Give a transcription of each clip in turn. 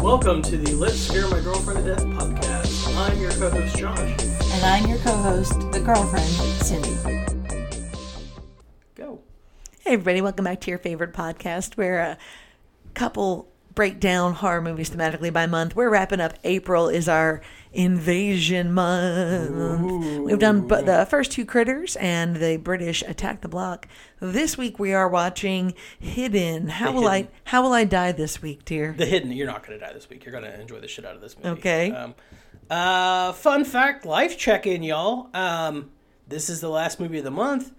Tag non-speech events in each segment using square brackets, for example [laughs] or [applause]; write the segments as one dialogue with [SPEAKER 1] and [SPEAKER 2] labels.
[SPEAKER 1] Welcome to the Let's Scare My Girlfriend to Death podcast. I'm your co host, Josh.
[SPEAKER 2] And I'm your co host, the girlfriend, Cindy. Hey,
[SPEAKER 1] Go.
[SPEAKER 2] everybody, welcome back to your favorite podcast where a couple break down horror movies thematically by month. We're wrapping up. April is our invasion month. We've done bu- the first two critters and the British attack the block. This week we are watching Hidden. How will I
[SPEAKER 1] Hidden.
[SPEAKER 2] how will I die this week, dear?
[SPEAKER 1] The Hidden, you're not going to die this week. You're going to enjoy the shit out of this movie.
[SPEAKER 2] Okay.
[SPEAKER 1] Um, uh, fun fact life check in, y'all. Um, this is the last movie of the month.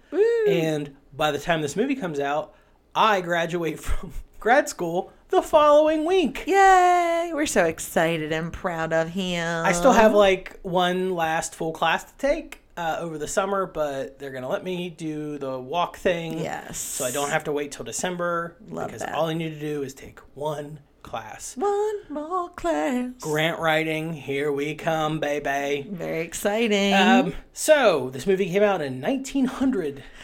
[SPEAKER 1] And by the time this movie comes out, I graduate [laughs] from grad school the following week.
[SPEAKER 2] Yay! We're so excited and proud of him.
[SPEAKER 1] I still have like one last full class to take uh, over the summer, but they're gonna let me do the walk thing.
[SPEAKER 2] Yes.
[SPEAKER 1] So I don't have to wait till December
[SPEAKER 2] Love
[SPEAKER 1] because
[SPEAKER 2] that.
[SPEAKER 1] all I need to do is take one class.
[SPEAKER 2] one more class.
[SPEAKER 1] Grant writing, here we come, baby.
[SPEAKER 2] Very exciting.
[SPEAKER 1] Um, so this movie came out in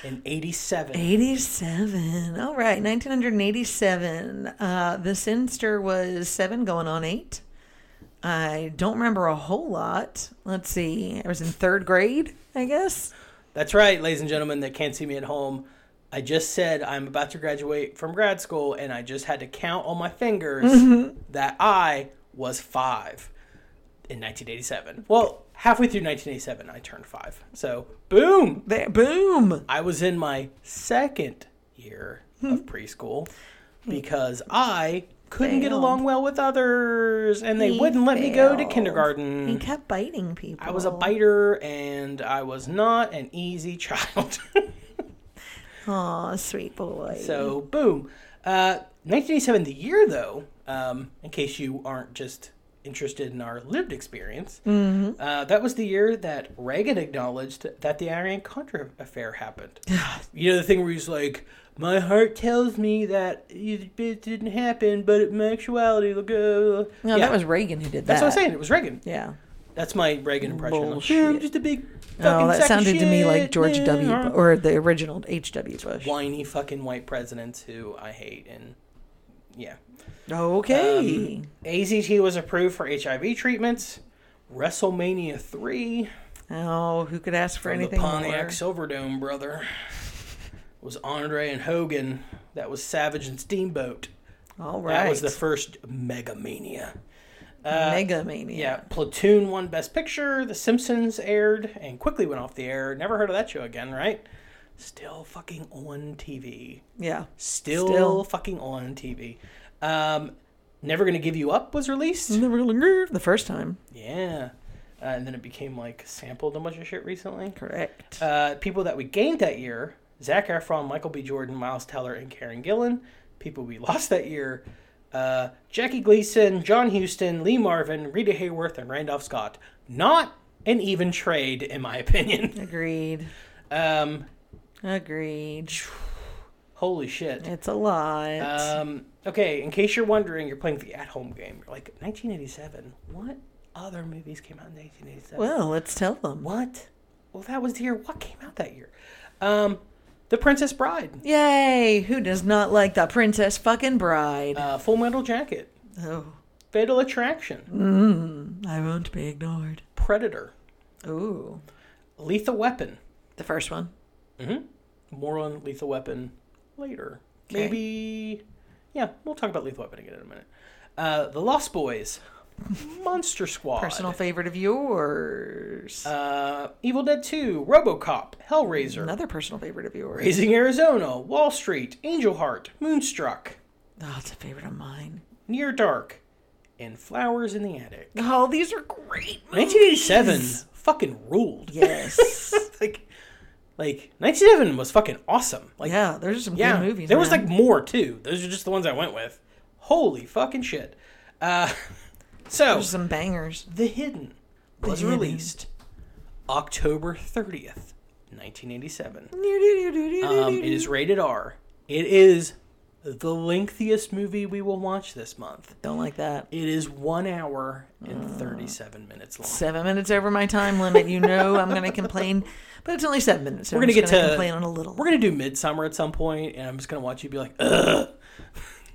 [SPEAKER 1] 1987.
[SPEAKER 2] 87. All right, 1987. Uh, the Sinister was seven going on eight. I don't remember a whole lot. Let's see. I was in third grade, I guess.
[SPEAKER 1] That's right, ladies and gentlemen that can't see me at home. I just said I'm about to graduate from grad school, and I just had to count on my fingers
[SPEAKER 2] Mm-hmm.
[SPEAKER 1] that I was five in 1987. Well, halfway through 1987, I turned five. So, boom!
[SPEAKER 2] There, boom.
[SPEAKER 1] I was in my second year
[SPEAKER 2] Hmm.
[SPEAKER 1] of preschool because I couldn't get
[SPEAKER 2] Failed.
[SPEAKER 1] along well with others, and they
[SPEAKER 2] He
[SPEAKER 1] wouldn't let me go to
[SPEAKER 2] failed. He
[SPEAKER 1] kindergarten.
[SPEAKER 2] kept biting people.
[SPEAKER 1] Mm. I was a biter, and I was not an easy [laughs] child.
[SPEAKER 2] Aw, sweet boy.
[SPEAKER 1] So boom. Uh, 1987, the year though, um, in case you aren't just interested in our lived experience,
[SPEAKER 2] Mm-hmm.
[SPEAKER 1] uh, that was the year that Reagan acknowledged that the Iran Contra affair
[SPEAKER 2] [sighs]
[SPEAKER 1] happened. you know the thing where he's like, "My heart tells me that it it didn't happen, but in actuality, look." Uh. Yeah,
[SPEAKER 2] no, that was Reagan who did
[SPEAKER 1] That's
[SPEAKER 2] that.
[SPEAKER 1] what I'm saying. It was Reagan.
[SPEAKER 2] Yeah.
[SPEAKER 1] That's my Reagan impression. Like,
[SPEAKER 2] Bullshit.
[SPEAKER 1] "Yeah, I'm just a big.
[SPEAKER 2] Oh,
[SPEAKER 1] fucking
[SPEAKER 2] that
[SPEAKER 1] sack of
[SPEAKER 2] sounded to me like
[SPEAKER 1] shit,
[SPEAKER 2] George
[SPEAKER 1] yeah."
[SPEAKER 2] W. Bu- or the original H.W. Bush.
[SPEAKER 1] whiny fucking white presidents who I hate and yeah.
[SPEAKER 2] Okay.
[SPEAKER 1] AZT was approved for HIV treatments. WrestleMania three
[SPEAKER 2] oh, who could ask for
[SPEAKER 1] Um, from the
[SPEAKER 2] anything
[SPEAKER 1] Pontiac
[SPEAKER 2] more?
[SPEAKER 1] Silverdome, brother. was Andre and Hogan. That was Savage and Steamboat.
[SPEAKER 2] All right.
[SPEAKER 1] That was the first Mega Mania. Uh,
[SPEAKER 2] Mega Mania.
[SPEAKER 1] Yeah, Platoon won Best Picture. The Simpsons aired and quickly went off the air. Never heard of that show again, right? Still fucking on TV.
[SPEAKER 2] Yeah.
[SPEAKER 1] Still,
[SPEAKER 2] Still.
[SPEAKER 1] fucking on TV. Um, Never Gonna Give You Up was released.
[SPEAKER 2] Mm-hmm. The first time.
[SPEAKER 1] Yeah. Uh, and then it became like sampled a bunch of shit recently.
[SPEAKER 2] Correct.
[SPEAKER 1] Uh, people that we gained that year Zach Efron, Michael B. Jordan, Miles Teller, and Karen Gillan. People we lost that year uh, Jackie Gleason, John Huston, Lee Marvin, Rita Hayworth, and Randolph Scott. Not an even trade, in my
[SPEAKER 2] [laughs]
[SPEAKER 1] opinion.
[SPEAKER 2] Agreed.
[SPEAKER 1] Um,
[SPEAKER 2] Agreed.
[SPEAKER 1] holy shit.
[SPEAKER 2] It's a lot.
[SPEAKER 1] Um, okay, in case you're wondering, you're playing the at-home game. You're like 1987. What other movies came out in 1987?
[SPEAKER 2] well, let's tell them.
[SPEAKER 1] what? Well, that was the year. What came out that year? Um, The Princess Bride,
[SPEAKER 2] Yay! Who does not like the Princess fucking Bride?
[SPEAKER 1] uh, Full Metal Jacket,
[SPEAKER 2] oh,
[SPEAKER 1] Fatal Attraction,
[SPEAKER 2] mm-hmm. I won't be ignored.
[SPEAKER 1] Predator,
[SPEAKER 2] Ooh,
[SPEAKER 1] Lethal Weapon. Mm-hmm.
[SPEAKER 2] the first one.
[SPEAKER 1] More on Lethal Weapon later.
[SPEAKER 2] Okay.
[SPEAKER 1] Maybe. Yeah, we'll talk about Lethal Weapon again in a minute. Uh, the Lost
[SPEAKER 2] [laughs]
[SPEAKER 1] Boys, Monster Squad,
[SPEAKER 2] Personal favorite of yours.
[SPEAKER 1] uh, Evil Dead 2, RoboCop, Hellraiser,
[SPEAKER 2] Another personal favorite of yours.
[SPEAKER 1] Raising Arizona, Wall Street, Angel Heart, Moonstruck,
[SPEAKER 2] Oh, it's a favorite of mine.
[SPEAKER 1] Near Dark, and Flowers in the Attic.
[SPEAKER 2] Oh, these are great. Movies.
[SPEAKER 1] 1987 fucking ruled.
[SPEAKER 2] [laughs] Yes.
[SPEAKER 1] [laughs] like, like 1987 was fucking awesome. Like,
[SPEAKER 2] yeah, there's some
[SPEAKER 1] yeah,
[SPEAKER 2] good movies.
[SPEAKER 1] there was
[SPEAKER 2] man.
[SPEAKER 1] like more too. Those are just the ones I went with. Holy fucking shit. Uh, [laughs] so
[SPEAKER 2] there's some bangers.
[SPEAKER 1] The Hidden was
[SPEAKER 2] Hidden.
[SPEAKER 1] released October 30th, 1987. Um, it is rated R. It is the lengthiest movie we will watch this month.
[SPEAKER 2] Don't like that.
[SPEAKER 1] It is one hour and 37 minutes long.
[SPEAKER 2] Seven minutes over my time limit. You know I'm going to complain, but it's only seven minutes. So
[SPEAKER 1] We're
[SPEAKER 2] I'm
[SPEAKER 1] gonna
[SPEAKER 2] just
[SPEAKER 1] get
[SPEAKER 2] gonna
[SPEAKER 1] to
[SPEAKER 2] complain on a little.
[SPEAKER 1] We're gonna do Midsummer at some point, and I'm just gonna watch you be like, ugh.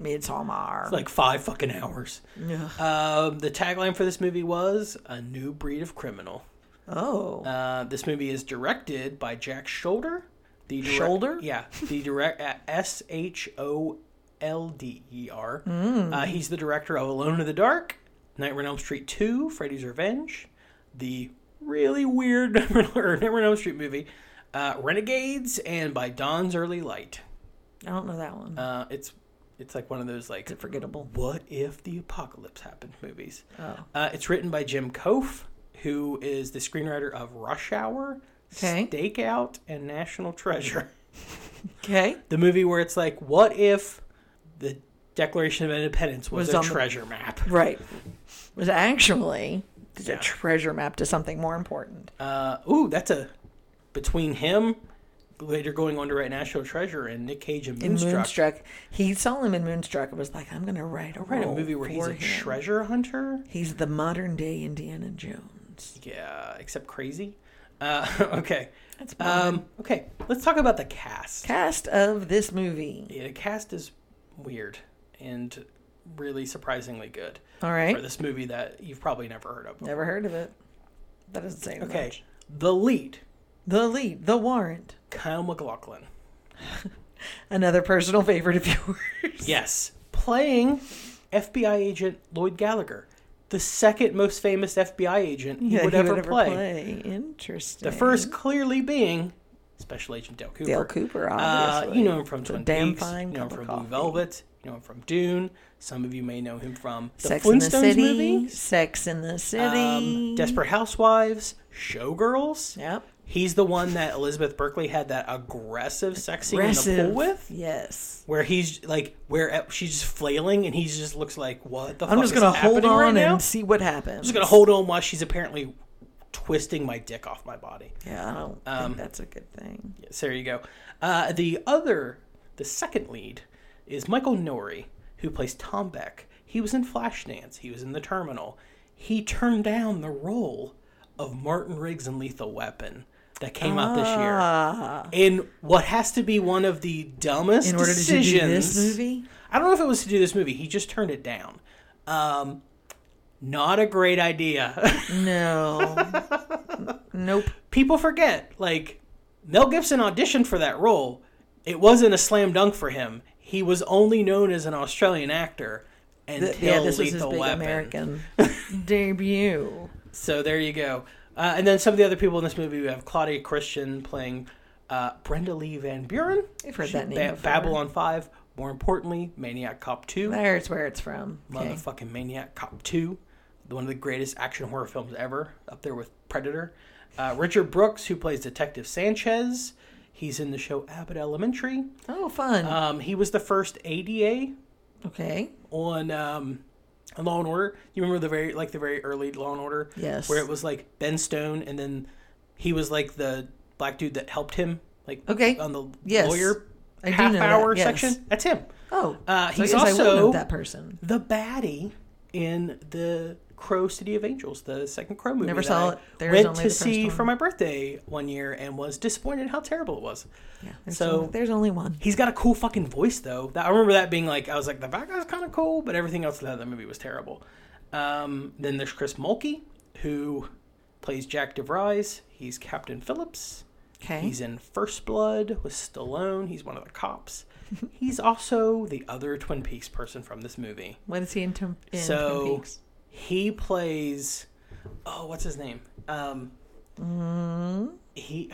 [SPEAKER 2] Midsommar.
[SPEAKER 1] Like five fucking hours.
[SPEAKER 2] Ugh.
[SPEAKER 1] Um, the tagline for this movie was "A new breed of criminal."
[SPEAKER 2] oh.
[SPEAKER 1] Uh, this movie is directed by Jack Shoulder. The direc-
[SPEAKER 2] Shoulder?
[SPEAKER 1] yeah, the direct uh, S H O L D E R.
[SPEAKER 2] Mm.
[SPEAKER 1] Uh, he's the director of Alone in the Dark, Nightmare on Elm Street Two, Freddy's Revenge, the really weird [laughs] Nightmare or Nightmare on Elm Street movie, uh, Renegades, and by Dawn's Early Light.
[SPEAKER 2] I don't know that one.
[SPEAKER 1] Uh, it's it's like one of those like
[SPEAKER 2] Is it forgettable?
[SPEAKER 1] what if the apocalypse happened movies.
[SPEAKER 2] Oh.
[SPEAKER 1] Uh, it's written by Jim Kof, who is the screenwriter of Rush Hour,
[SPEAKER 2] Okay.
[SPEAKER 1] Stakeout, and National Treasure. [laughs]
[SPEAKER 2] Okay.
[SPEAKER 1] The movie where it's like, what if the Declaration of Independence was,
[SPEAKER 2] Was
[SPEAKER 1] a
[SPEAKER 2] on the-
[SPEAKER 1] treasure map?
[SPEAKER 2] Right. Was actually did
[SPEAKER 1] Yeah.
[SPEAKER 2] a treasure map to something more important.
[SPEAKER 1] Uh, ooh, that's a between him later going on to write National Treasure and Nick Cage and
[SPEAKER 2] In Moonstruck.
[SPEAKER 1] Moonstruck.
[SPEAKER 2] he saw him in Moonstruck and was like, "I'm gonna write a
[SPEAKER 1] Write a
[SPEAKER 2] role
[SPEAKER 1] movie where he's
[SPEAKER 2] Oh, for
[SPEAKER 1] a
[SPEAKER 2] him."
[SPEAKER 1] treasure hunter.
[SPEAKER 2] He's the modern day Indiana Jones.
[SPEAKER 1] Yeah, except crazy. Uh, [laughs] okay.
[SPEAKER 2] That's modern.
[SPEAKER 1] Um, okay, let's talk about the cast.
[SPEAKER 2] cast of this movie.
[SPEAKER 1] Yeah, the cast is weird and really surprisingly good
[SPEAKER 2] All
[SPEAKER 1] for
[SPEAKER 2] right,
[SPEAKER 1] this movie that you've probably never heard of. before.
[SPEAKER 2] never heard of it. That doesn't say
[SPEAKER 1] Okay,
[SPEAKER 2] much.
[SPEAKER 1] the lead,
[SPEAKER 2] The lead, the warrant,
[SPEAKER 1] Kyle MacLachlan.
[SPEAKER 2] another personal favorite of [laughs] yours.
[SPEAKER 1] Yes, playing FBI agent Lloyd Gallagher, the second most famous FBI agent he
[SPEAKER 2] Yeah,
[SPEAKER 1] would
[SPEAKER 2] he
[SPEAKER 1] ever play.
[SPEAKER 2] Interesting.
[SPEAKER 1] The first clearly being Special Agent Dale Cooper.
[SPEAKER 2] Dale Cooper,
[SPEAKER 1] Uh,
[SPEAKER 2] obviously.
[SPEAKER 1] you know him from
[SPEAKER 2] It's a
[SPEAKER 1] Twin
[SPEAKER 2] damn
[SPEAKER 1] Peaks.
[SPEAKER 2] fine
[SPEAKER 1] You know him
[SPEAKER 2] cup of
[SPEAKER 1] from
[SPEAKER 2] coffee.
[SPEAKER 1] Blue Velvet. You know him from Dune. Some of you may know him from the
[SPEAKER 2] Sex in the
[SPEAKER 1] Flintstones
[SPEAKER 2] City,
[SPEAKER 1] movie.
[SPEAKER 2] Sex in the City,
[SPEAKER 1] Um, Desperate Housewives, Showgirls.
[SPEAKER 2] Yep.
[SPEAKER 1] He's the one that Elizabeth Berkley had that aggressive sex scene in the
[SPEAKER 2] Aggressive.
[SPEAKER 1] pool with,
[SPEAKER 2] Yes.
[SPEAKER 1] where he's like, where uh, she's just flailing, and he just looks like, what the
[SPEAKER 2] I'm
[SPEAKER 1] fuck
[SPEAKER 2] just
[SPEAKER 1] is
[SPEAKER 2] gonna hold
[SPEAKER 1] happening
[SPEAKER 2] on
[SPEAKER 1] right
[SPEAKER 2] and
[SPEAKER 1] now?
[SPEAKER 2] see what happens.
[SPEAKER 1] I'm just gonna hold on while she's apparently twisting my dick off my body.
[SPEAKER 2] Yeah, I don't
[SPEAKER 1] Um,
[SPEAKER 2] think that's a good thing.
[SPEAKER 1] Yes, there you go. Uh, the other, the second lead, is Michael Nori, who plays Tom Beck. He was in Flashdance. He was in The Terminal. He turned down the role of Martin Riggs in Lethal Weapon that came out this year.
[SPEAKER 2] Ah,
[SPEAKER 1] In what has to be one of the dumbest
[SPEAKER 2] in order to do
[SPEAKER 1] decisions.
[SPEAKER 2] this movie,
[SPEAKER 1] I don't know if it was to do this movie. He just turned it down. Um, not a great idea. [laughs]
[SPEAKER 2] no, N- nope.
[SPEAKER 1] people forget like Mel Gibson auditioned for that role. It wasn't a slam dunk for him. He was only known as an Australian actor until
[SPEAKER 2] Th- yeah, this was his
[SPEAKER 1] Lethal
[SPEAKER 2] big
[SPEAKER 1] Weapon. [laughs]
[SPEAKER 2] American debut.
[SPEAKER 1] So there you go. Uh, and then some of the other people in this movie, we have Claudia Christian playing uh, Brenda Lee Van Buren.
[SPEAKER 2] I've heard
[SPEAKER 1] She-
[SPEAKER 2] that name
[SPEAKER 1] Ba-
[SPEAKER 2] before.
[SPEAKER 1] Babylon Five. More importantly, Maniac Cop Two.
[SPEAKER 2] There's where it's from. Okay.
[SPEAKER 1] Motherfucking Maniac Cop 2, one of the greatest action horror films ever, up there with Predator. Uh, Richard Brooks, who plays Detective Sanchez, he's in the show Abbott Elementary.
[SPEAKER 2] Oh, fun.
[SPEAKER 1] Um, he was the first ADA
[SPEAKER 2] okay.
[SPEAKER 1] on um, Law and Order. You remember the very like the very early Law and Order,
[SPEAKER 2] Yes.
[SPEAKER 1] where it was like Ben Stone, and then he was like the black dude that helped him, like
[SPEAKER 2] Okay.
[SPEAKER 1] on the
[SPEAKER 2] Yes.
[SPEAKER 1] lawyer
[SPEAKER 2] I do
[SPEAKER 1] half
[SPEAKER 2] know that,
[SPEAKER 1] hour
[SPEAKER 2] yes.
[SPEAKER 1] section. That's him.
[SPEAKER 2] Oh,
[SPEAKER 1] Uh,
[SPEAKER 2] so I
[SPEAKER 1] he's
[SPEAKER 2] guess I would
[SPEAKER 1] also-
[SPEAKER 2] know that person.
[SPEAKER 1] the baddie in the Crow City of Angels, the second Crow movie.
[SPEAKER 2] Never
[SPEAKER 1] that
[SPEAKER 2] saw
[SPEAKER 1] I
[SPEAKER 2] it. There is
[SPEAKER 1] went
[SPEAKER 2] only
[SPEAKER 1] to
[SPEAKER 2] the first
[SPEAKER 1] see
[SPEAKER 2] one.
[SPEAKER 1] for my birthday one year and was disappointed how terrible it was.
[SPEAKER 2] Yeah. There's
[SPEAKER 1] So-
[SPEAKER 2] only, there's only one.
[SPEAKER 1] He's got a cool fucking voice though. That, I remember that being like I was like the bad guy's kind of cool, but everything else about that movie was terrible. Um, then there's Chris Mulkey who plays Jack DeVries. He's Captain Phillips.
[SPEAKER 2] Okay.
[SPEAKER 1] He's in First Blood with Stallone. He's one of the
[SPEAKER 2] [laughs]
[SPEAKER 1] cops. He's also the other Twin Peaks person from this movie.
[SPEAKER 2] what is he in, Tim, in Twin
[SPEAKER 1] So
[SPEAKER 2] Peaks?
[SPEAKER 1] he plays. Oh, what's his name? Um, he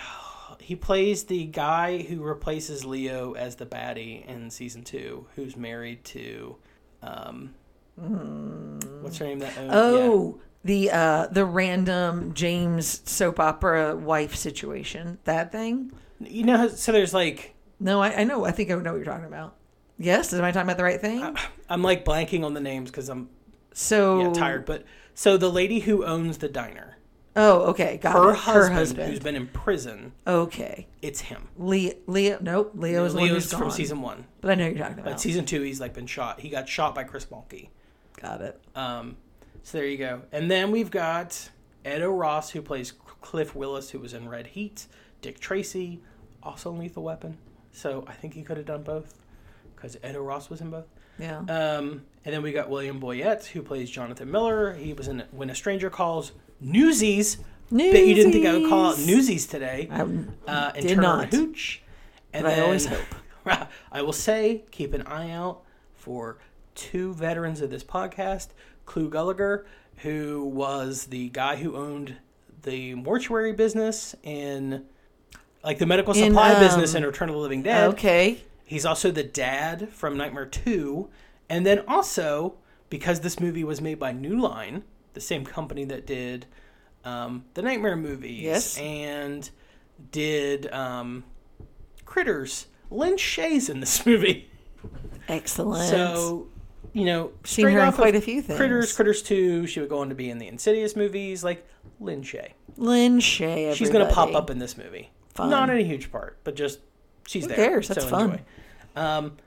[SPEAKER 1] he plays the guy who replaces Leo as the baddie in season two, who's married to. Um, What's her name? That owned- yeah.
[SPEAKER 2] Hmm. Oh, the uh the random James soap opera wife situation. That thing?
[SPEAKER 1] you know. how- So there's like
[SPEAKER 2] No, I, I know. I think I know what you're talking about. Yes, am I talking about the right thing?
[SPEAKER 1] I'm like blanking on the names because I'm
[SPEAKER 2] so
[SPEAKER 1] Uh, yeah, tired. But so the lady who owns the diner,
[SPEAKER 2] Oh, okay, got
[SPEAKER 1] her
[SPEAKER 2] it.
[SPEAKER 1] husband,
[SPEAKER 2] her husband.
[SPEAKER 1] who's been in prison,
[SPEAKER 2] okay,
[SPEAKER 1] it's him.
[SPEAKER 2] Leo. Leo. Nope, Leo is the one who's
[SPEAKER 1] Leo's from
[SPEAKER 2] gone.
[SPEAKER 1] season one,
[SPEAKER 2] But I know who you're talking
[SPEAKER 1] but
[SPEAKER 2] about.
[SPEAKER 1] season two he's like been shot. He got shot by Chris Mulkey.
[SPEAKER 2] Got it.
[SPEAKER 1] Um, so there you go. And then we've got Ed O'Ross, who plays Cliff Willis, who was in Red Heat. Dick Tracy, also in Lethal Weapon. So I think he could have done both. because Edo Ross was in both.
[SPEAKER 2] Yeah.
[SPEAKER 1] Um, and then we got William Boyette, who plays Jonathan Miller. He was in When a Stranger Calls, Newsies. Bet you didn't think I would call out Newsies today.
[SPEAKER 2] I
[SPEAKER 1] uh, and
[SPEAKER 2] did
[SPEAKER 1] Turner
[SPEAKER 2] not.
[SPEAKER 1] and Hooch. And
[SPEAKER 2] But I
[SPEAKER 1] [laughs]
[SPEAKER 2] always
[SPEAKER 1] hope. I will say, keep an eye out for two veterans of this podcast, Clue Gulliger, who was the guy who owned the mortuary business in like the medical
[SPEAKER 2] In,
[SPEAKER 1] supply business
[SPEAKER 2] um,
[SPEAKER 1] in Return of the Living Dead.
[SPEAKER 2] Okay.
[SPEAKER 1] He's also the dad from Nightmare 2. And then also, because this movie was made by New Line, the same company that did um, the Nightmare movies
[SPEAKER 2] Yes.
[SPEAKER 1] and did um, Critters, Lynn Shay's in this [laughs] movie.
[SPEAKER 2] Excellent.
[SPEAKER 1] So, you know,
[SPEAKER 2] Seen
[SPEAKER 1] straight
[SPEAKER 2] her in
[SPEAKER 1] off of
[SPEAKER 2] quite a few things.
[SPEAKER 1] Critters, Critters 2, she would go on to be in the Insidious movies, like Lynn Shay.
[SPEAKER 2] Lynn Shay.
[SPEAKER 1] She's going to pop
[SPEAKER 2] everybody.
[SPEAKER 1] up in this movie.
[SPEAKER 2] Fun.
[SPEAKER 1] Not in a huge part, but just she's
[SPEAKER 2] Who
[SPEAKER 1] there.
[SPEAKER 2] cares? That's
[SPEAKER 1] so
[SPEAKER 2] fun.
[SPEAKER 1] Enjoy. Um,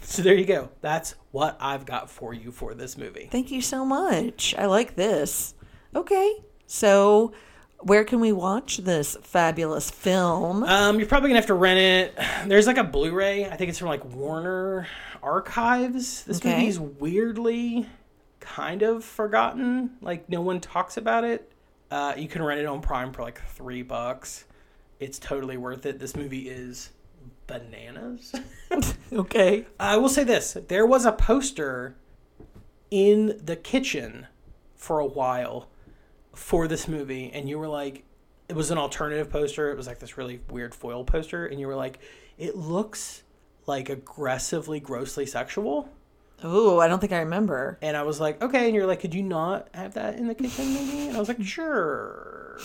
[SPEAKER 1] so there you go. That's what I've got for you for this movie.
[SPEAKER 2] Thank you so much. I like this. Okay. So, where can we watch this fabulous film?
[SPEAKER 1] Um, you're probably gonna have to rent it. [sighs] There's like a Blu-ray. I think it's from like Warner Archives. This
[SPEAKER 2] Okay.
[SPEAKER 1] movie's weirdly kind of forgotten. Like no one talks about it. Uh, you can rent it on Prime for like three bucks. It's totally worth it. This movie is bananas.
[SPEAKER 2] [laughs]
[SPEAKER 1] [laughs]
[SPEAKER 2] okay.
[SPEAKER 1] I will say this: there was a poster in the kitchen for a while for this movie, and you were like, it was an alternative poster. It was like this really weird foil poster, and you were like, it looks like aggressively, grossly sexual.
[SPEAKER 2] Oh, I don't think I remember.
[SPEAKER 1] And I was like, okay. And you're like, could you not have that in the kitchen, maybe? And I was like, sure.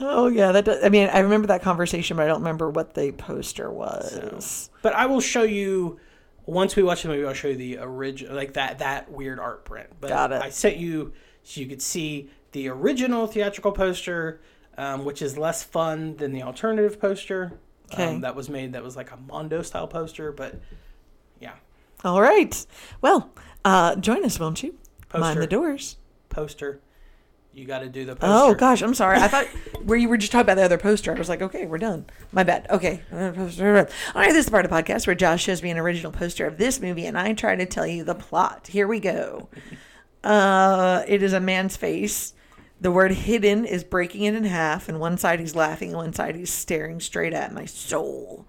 [SPEAKER 2] Oh, yeah. That. Does, I mean, I remember that conversation, but I don't remember what the poster was.
[SPEAKER 1] But I will show you once we watch the movie. I'll show you the original, like that that weird art print. But
[SPEAKER 2] Got it.
[SPEAKER 1] I sent you so you could see the original theatrical poster, um, which is less fun than the alternative poster
[SPEAKER 2] Okay.
[SPEAKER 1] um, that was made. That was like a Mondo style poster, but yeah,
[SPEAKER 2] All right. Well, uh, join us, won't you? Mind
[SPEAKER 1] Poster.
[SPEAKER 2] the doors.
[SPEAKER 1] poster. You got to do the poster.
[SPEAKER 2] Oh gosh, I'm sorry.
[SPEAKER 1] [laughs]
[SPEAKER 2] I thought where you were just talking about the other poster. I was like, okay, we're done. My bad. Okay. All right, this is the part of the podcast where Josh shows me an original poster of this movie, and I try to tell you the plot. Here we go. Uh, it is a man's face. The word hidden is breaking it in half, and one side he's laughing, and one side he's staring straight at my soul.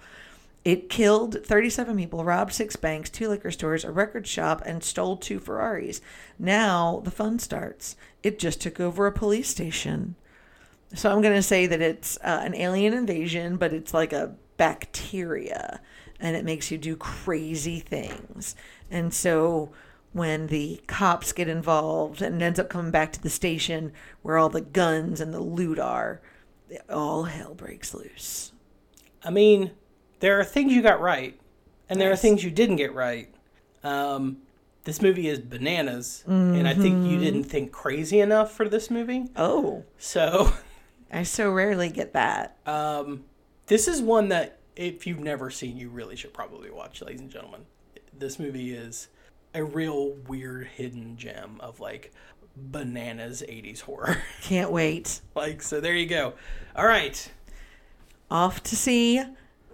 [SPEAKER 2] It killed 37 people, robbed six banks, two liquor stores, a record shop, and stole two Ferraris. Now the fun starts. It just took over a police station. So I'm going to say that it's uh, an alien invasion, but it's like a bacteria and it makes you do crazy things. And so when the cops get involved and it ends up coming back to the station where all the guns and the loot are, all hell breaks loose.
[SPEAKER 1] I mean, there are things you got right, and there are
[SPEAKER 2] Yes.
[SPEAKER 1] things you didn't get right. Um, this movie is bananas, and I think
[SPEAKER 2] Mm-hmm.
[SPEAKER 1] you didn't think crazy enough for this movie.
[SPEAKER 2] Oh,
[SPEAKER 1] So, [laughs]
[SPEAKER 2] I so rarely get that.
[SPEAKER 1] um, this is one that if you've never seen, you really should probably watch, ladies and gentlemen. This movie is a real weird hidden gem of like bananas 80s horror. [laughs]
[SPEAKER 2] Can't wait.
[SPEAKER 1] like, so there you go. All right.
[SPEAKER 2] Off to see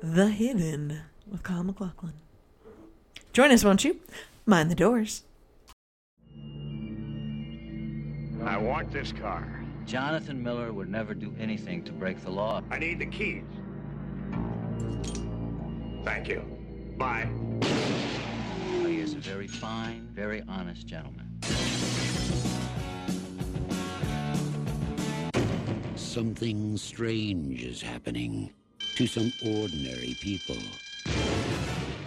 [SPEAKER 2] The Hidden with Kyle McLaughlin. Join us, won't you? Mind the doors.
[SPEAKER 3] I want this car.
[SPEAKER 4] Jonathan Miller would never do anything to break the law.
[SPEAKER 3] I need the keys. Thank you. Bye.
[SPEAKER 4] He is a very fine, very honest gentleman.
[SPEAKER 5] Something strange is happening to some ordinary people.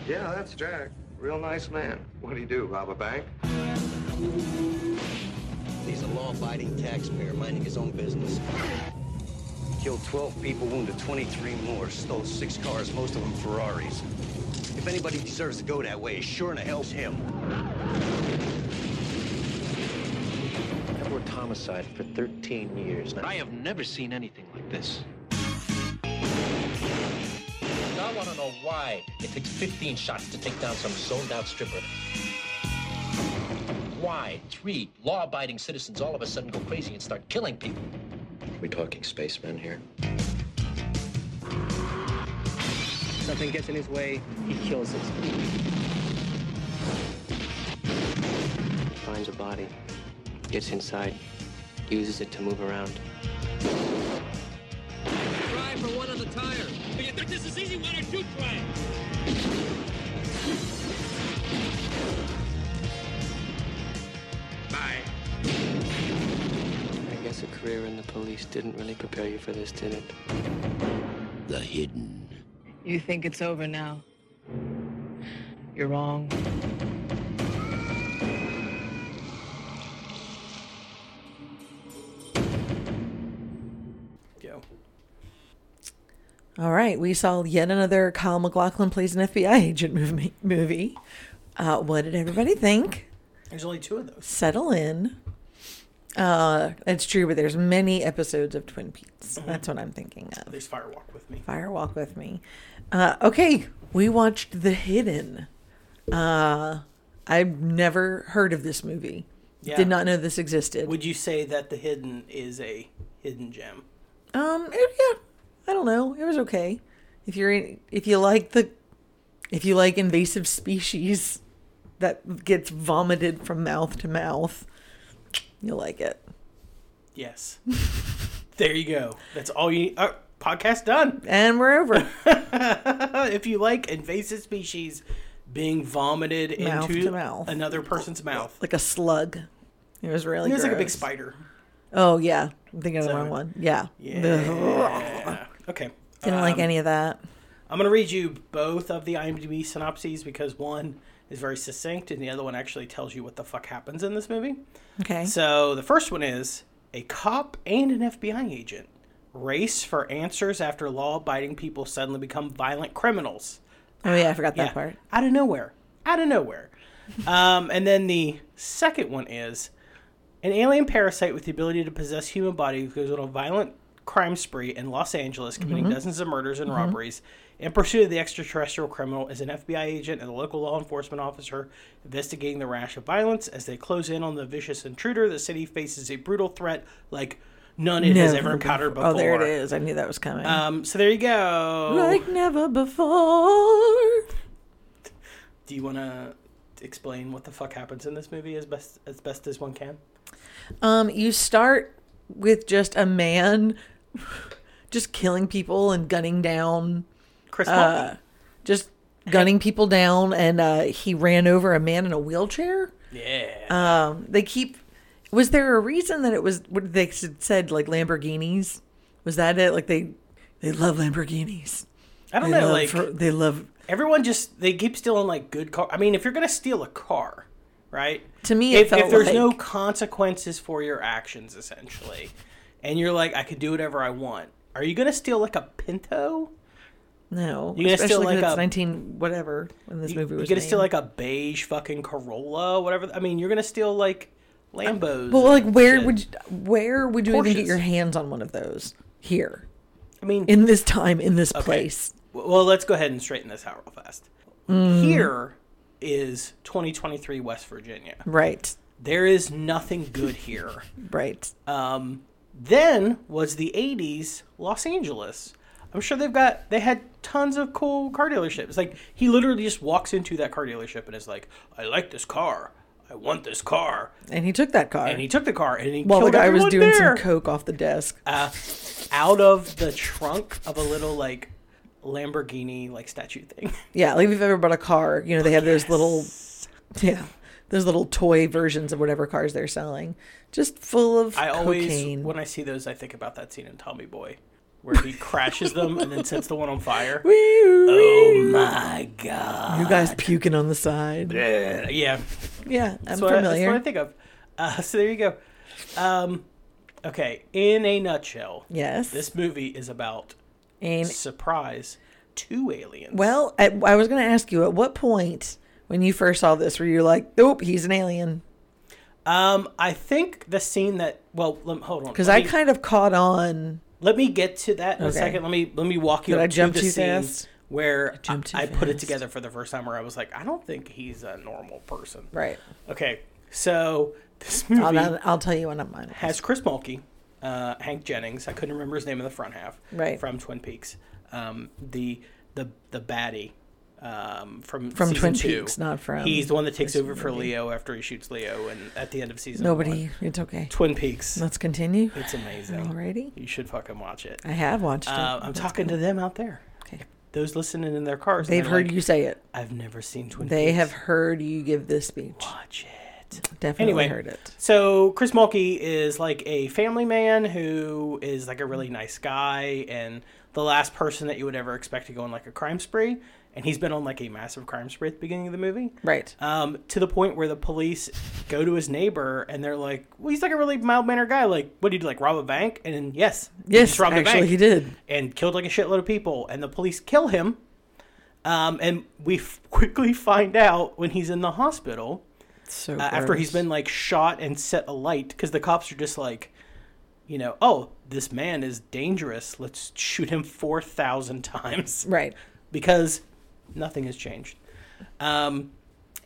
[SPEAKER 3] Yeah, that's Jack. Real nice man. What do you do? Rob a bank?
[SPEAKER 6] He's a law-abiding taxpayer minding his own business. Killed 12 people, wounded 23 more, stole six cars, most of them Ferraris. If anybody deserves to go that way, sure in the hell's him. I've worked homicide for 13 years now.
[SPEAKER 7] I have never seen anything like this.
[SPEAKER 8] I want to know why it takes 15 shots to take down some zoned out stripper. Why three law abiding citizens all of a sudden go crazy and start killing people?
[SPEAKER 6] we talking spacemen here?
[SPEAKER 9] Something gets in his way, he kills it. finds a body, gets inside, uses it to move around.
[SPEAKER 10] Try for one on the tire. If you think this is easy, why don't you try it?
[SPEAKER 9] I guess a career in the police didn't really prepare you for this, did it?
[SPEAKER 5] The hidden.
[SPEAKER 11] You think it's over now. You're wrong.
[SPEAKER 1] Yo.
[SPEAKER 2] All right, we saw yet another Kyle McLaughlin plays an FBI agent movie. movie. Uh, what did everybody think?
[SPEAKER 1] There's only two of those.
[SPEAKER 2] Settle in. Uh, it's true, but there's many episodes of Twin Peaks. That's what I'm thinking of.
[SPEAKER 1] There's Firewalk with me.
[SPEAKER 2] Fire Walk with Me. Uh, okay, we watched The Hidden. Uh, I've never heard of this movie.
[SPEAKER 1] Yeah.
[SPEAKER 2] Did not know this existed.
[SPEAKER 1] Would you say that The Hidden is a hidden gem?
[SPEAKER 2] Um, it- yeah, I don't know. It was okay. If you're in, if you like the, if you like invasive species that gets vomited from mouth to mouth, you'll like it.
[SPEAKER 1] Yes. [laughs] there you go. That's all you. Uh, podcast done. [laughs]
[SPEAKER 2] And we're over.
[SPEAKER 1] if you like invasive species being vomited
[SPEAKER 2] Mouth
[SPEAKER 1] into
[SPEAKER 2] to mouth.
[SPEAKER 1] another person's mouth,
[SPEAKER 2] like a slug. It was really.
[SPEAKER 1] it was like a big
[SPEAKER 2] gross.
[SPEAKER 1] spider.
[SPEAKER 2] Oh yeah, I'm thinking of the wrong
[SPEAKER 1] So-
[SPEAKER 2] one. Yeah. Ugh.
[SPEAKER 1] Yeah. Okay.
[SPEAKER 2] Didn't like
[SPEAKER 1] Um,
[SPEAKER 2] any of that.
[SPEAKER 1] I'm going to read you both of the IMDb synopses because one is very succinct and the other one actually tells you what the fuck happens in this movie.
[SPEAKER 2] Okay.
[SPEAKER 1] So the first one is a cop and an FBI agent race for answers after law abiding people suddenly become violent criminals.
[SPEAKER 2] oh yeah, I forgot that part.
[SPEAKER 1] Out of nowhere. Out of nowhere. um, and then the second one is an alien parasite with the ability to possess human bodies goes on a violent crime spree in Los Angeles, committing
[SPEAKER 2] Mm-hmm.
[SPEAKER 1] dozens of murders and robberies. In pursuit of the extraterrestrial criminal is an FBI agent and a local law enforcement officer investigating the rash of violence. As they close in on the vicious intruder, the city faces a brutal threat like none it has
[SPEAKER 2] Never
[SPEAKER 1] ever encountered before.
[SPEAKER 2] Oh, there it is. I knew that was coming.
[SPEAKER 1] Um, so there you go.
[SPEAKER 2] like never before.
[SPEAKER 1] Do you want to explain what the fuck happens in this movie as best as best as one can?
[SPEAKER 2] Um, you start with just a man just killing people and gunning down,
[SPEAKER 1] Chris
[SPEAKER 2] uh, just gunning people down, and uh, he ran over a man in a wheelchair.
[SPEAKER 1] Yeah.
[SPEAKER 2] Um, they keep. Was there a reason that it was? What they said like Lamborghinis? Was that it? Like they they love Lamborghinis.
[SPEAKER 1] I don't
[SPEAKER 2] they
[SPEAKER 1] know.
[SPEAKER 2] love
[SPEAKER 1] Like
[SPEAKER 2] Fer- they love.
[SPEAKER 1] everyone just they keep stealing like good car. I mean, if you're gonna steal a car, right?
[SPEAKER 2] To me, it
[SPEAKER 1] if, if
[SPEAKER 2] felt
[SPEAKER 1] there's no
[SPEAKER 2] like-
[SPEAKER 1] consequences for your actions, essentially, and you're like, I could do whatever I want. Are you gonna steal like a Pinto?
[SPEAKER 2] No,
[SPEAKER 1] You gonna steal,
[SPEAKER 2] especially 'cause
[SPEAKER 1] like,
[SPEAKER 2] it's
[SPEAKER 1] a-
[SPEAKER 2] nineteen whatever when this
[SPEAKER 1] You,
[SPEAKER 2] movie
[SPEAKER 1] you're
[SPEAKER 2] was.
[SPEAKER 1] gonna steal like
[SPEAKER 2] made.
[SPEAKER 1] a beige fucking Corolla, whatever. I mean, you're gonna steal like Lambos.
[SPEAKER 2] But like,
[SPEAKER 1] and
[SPEAKER 2] where
[SPEAKER 1] shit.
[SPEAKER 2] would you, where would you even get
[SPEAKER 1] Porsches.
[SPEAKER 2] your hands on one of those here
[SPEAKER 1] I mean?
[SPEAKER 2] in this time in this place?
[SPEAKER 1] W- Well, let's go ahead and straighten this out real fast.
[SPEAKER 2] Hmm.
[SPEAKER 1] Here is 2023 West Virginia.
[SPEAKER 2] Right,
[SPEAKER 1] There is nothing good here.
[SPEAKER 2] right.
[SPEAKER 1] Um, then was the 80s Los Angeles. I'm sure they've got they had tons of cool car dealerships. Like he literally just walks into that car dealership and is like, "I like this car. I want this car."
[SPEAKER 2] and he took that car.
[SPEAKER 1] And he took the car and he
[SPEAKER 2] while the
[SPEAKER 1] killed
[SPEAKER 2] guy was
[SPEAKER 1] everyone
[SPEAKER 2] doing
[SPEAKER 1] there.
[SPEAKER 2] some coke off the desk.
[SPEAKER 1] uh, out of the trunk of a little like Lamborghini like statue thing. [laughs]
[SPEAKER 2] yeah, like if you've ever bought a car, you know they have
[SPEAKER 1] Oh,
[SPEAKER 2] those little, yeah, those little toy versions of whatever cars they're selling, just full of
[SPEAKER 1] I always
[SPEAKER 2] cocaine.
[SPEAKER 1] when I see those, I think about that scene in Tommy Boy where he crashes them and then sets the one on
[SPEAKER 2] [laughs]
[SPEAKER 1] fire.
[SPEAKER 2] oh
[SPEAKER 1] My God.
[SPEAKER 2] You guys puking on the side.
[SPEAKER 1] Uh, Yeah,
[SPEAKER 2] Yeah, I'm
[SPEAKER 1] that's what, I, that's
[SPEAKER 2] familiar.
[SPEAKER 1] what I think of. Uh, so there you go. Um, okay, in a nutshell,
[SPEAKER 2] yes,
[SPEAKER 1] this movie is about
[SPEAKER 2] and
[SPEAKER 1] surprise two aliens.
[SPEAKER 2] Well, I, I was going to ask you at what point when you first saw this were you like, nope, he's an alien?
[SPEAKER 1] um, I think the scene that well, let, hold on,
[SPEAKER 2] Because
[SPEAKER 1] let
[SPEAKER 2] I
[SPEAKER 1] me-
[SPEAKER 2] kind of caught on.
[SPEAKER 1] Let me get to that in a
[SPEAKER 2] Okay.
[SPEAKER 1] second. Let me let me walk you
[SPEAKER 2] Did
[SPEAKER 1] up
[SPEAKER 2] I jump
[SPEAKER 1] to the
[SPEAKER 2] too
[SPEAKER 1] scene
[SPEAKER 2] fast?
[SPEAKER 1] where I,
[SPEAKER 2] jumped too
[SPEAKER 1] I put it
[SPEAKER 2] fast.
[SPEAKER 1] together for the first time, where I was like, I don't think he's a normal person.
[SPEAKER 2] Right.
[SPEAKER 1] Okay, so this movie
[SPEAKER 2] I'll, I'll, I'll tell you when I'm on.
[SPEAKER 1] has Chris Mulkey, uh, Hank Jennings. I couldn't remember his name in the front half.
[SPEAKER 2] Right.
[SPEAKER 1] From Twin Peaks, um, the the the baddie um, from
[SPEAKER 2] From
[SPEAKER 1] season
[SPEAKER 2] Twin
[SPEAKER 1] two.
[SPEAKER 2] Peaks, not from
[SPEAKER 1] He's the one that takes
[SPEAKER 2] this
[SPEAKER 1] over for Leo after he shoots Leo, and at the end of season
[SPEAKER 2] Nobody.
[SPEAKER 1] one.
[SPEAKER 2] It's okay.
[SPEAKER 1] Twin Peaks.
[SPEAKER 2] Let's continue.
[SPEAKER 1] It's amazing.
[SPEAKER 2] Alrighty.
[SPEAKER 1] You should fucking watch it.
[SPEAKER 2] I have watched it.
[SPEAKER 1] Uh, I'm
[SPEAKER 2] That's
[SPEAKER 1] talking to them out there.
[SPEAKER 2] Okay.
[SPEAKER 1] Those listening in their cars. and
[SPEAKER 2] They've
[SPEAKER 1] they're
[SPEAKER 2] heard
[SPEAKER 1] like,
[SPEAKER 2] you say it.
[SPEAKER 1] I've never seen Twin
[SPEAKER 2] They
[SPEAKER 1] Peaks.
[SPEAKER 2] have heard you give this speech.
[SPEAKER 1] Watch it.
[SPEAKER 2] Definitely
[SPEAKER 1] anyway,
[SPEAKER 2] heard it.
[SPEAKER 1] So Chris Mulkey is like a family man who is like a really nice guy and the last person that you would ever expect to go on like a crime spree. And he's been on like a massive crime spree at the beginning of the movie.
[SPEAKER 2] Right.
[SPEAKER 1] Um, to the point where the police go to his neighbor and they're like, Well, he's like a really mild mannered guy. Like, what do you do? Like rob a bank? And then, yes. he
[SPEAKER 2] Yes,
[SPEAKER 1] just robbed a
[SPEAKER 2] actually,
[SPEAKER 1] bank
[SPEAKER 2] he did.
[SPEAKER 1] And killed like a shitload of people. And the police kill him. Um, and we f- quickly find out when he's in the hospital
[SPEAKER 2] So
[SPEAKER 1] uh, after he's
[SPEAKER 2] gross.
[SPEAKER 1] been like shot and set alight because the cops are just like you know oh this man is dangerous let's shoot him 4000 times
[SPEAKER 2] [laughs] right.
[SPEAKER 1] because nothing has changed um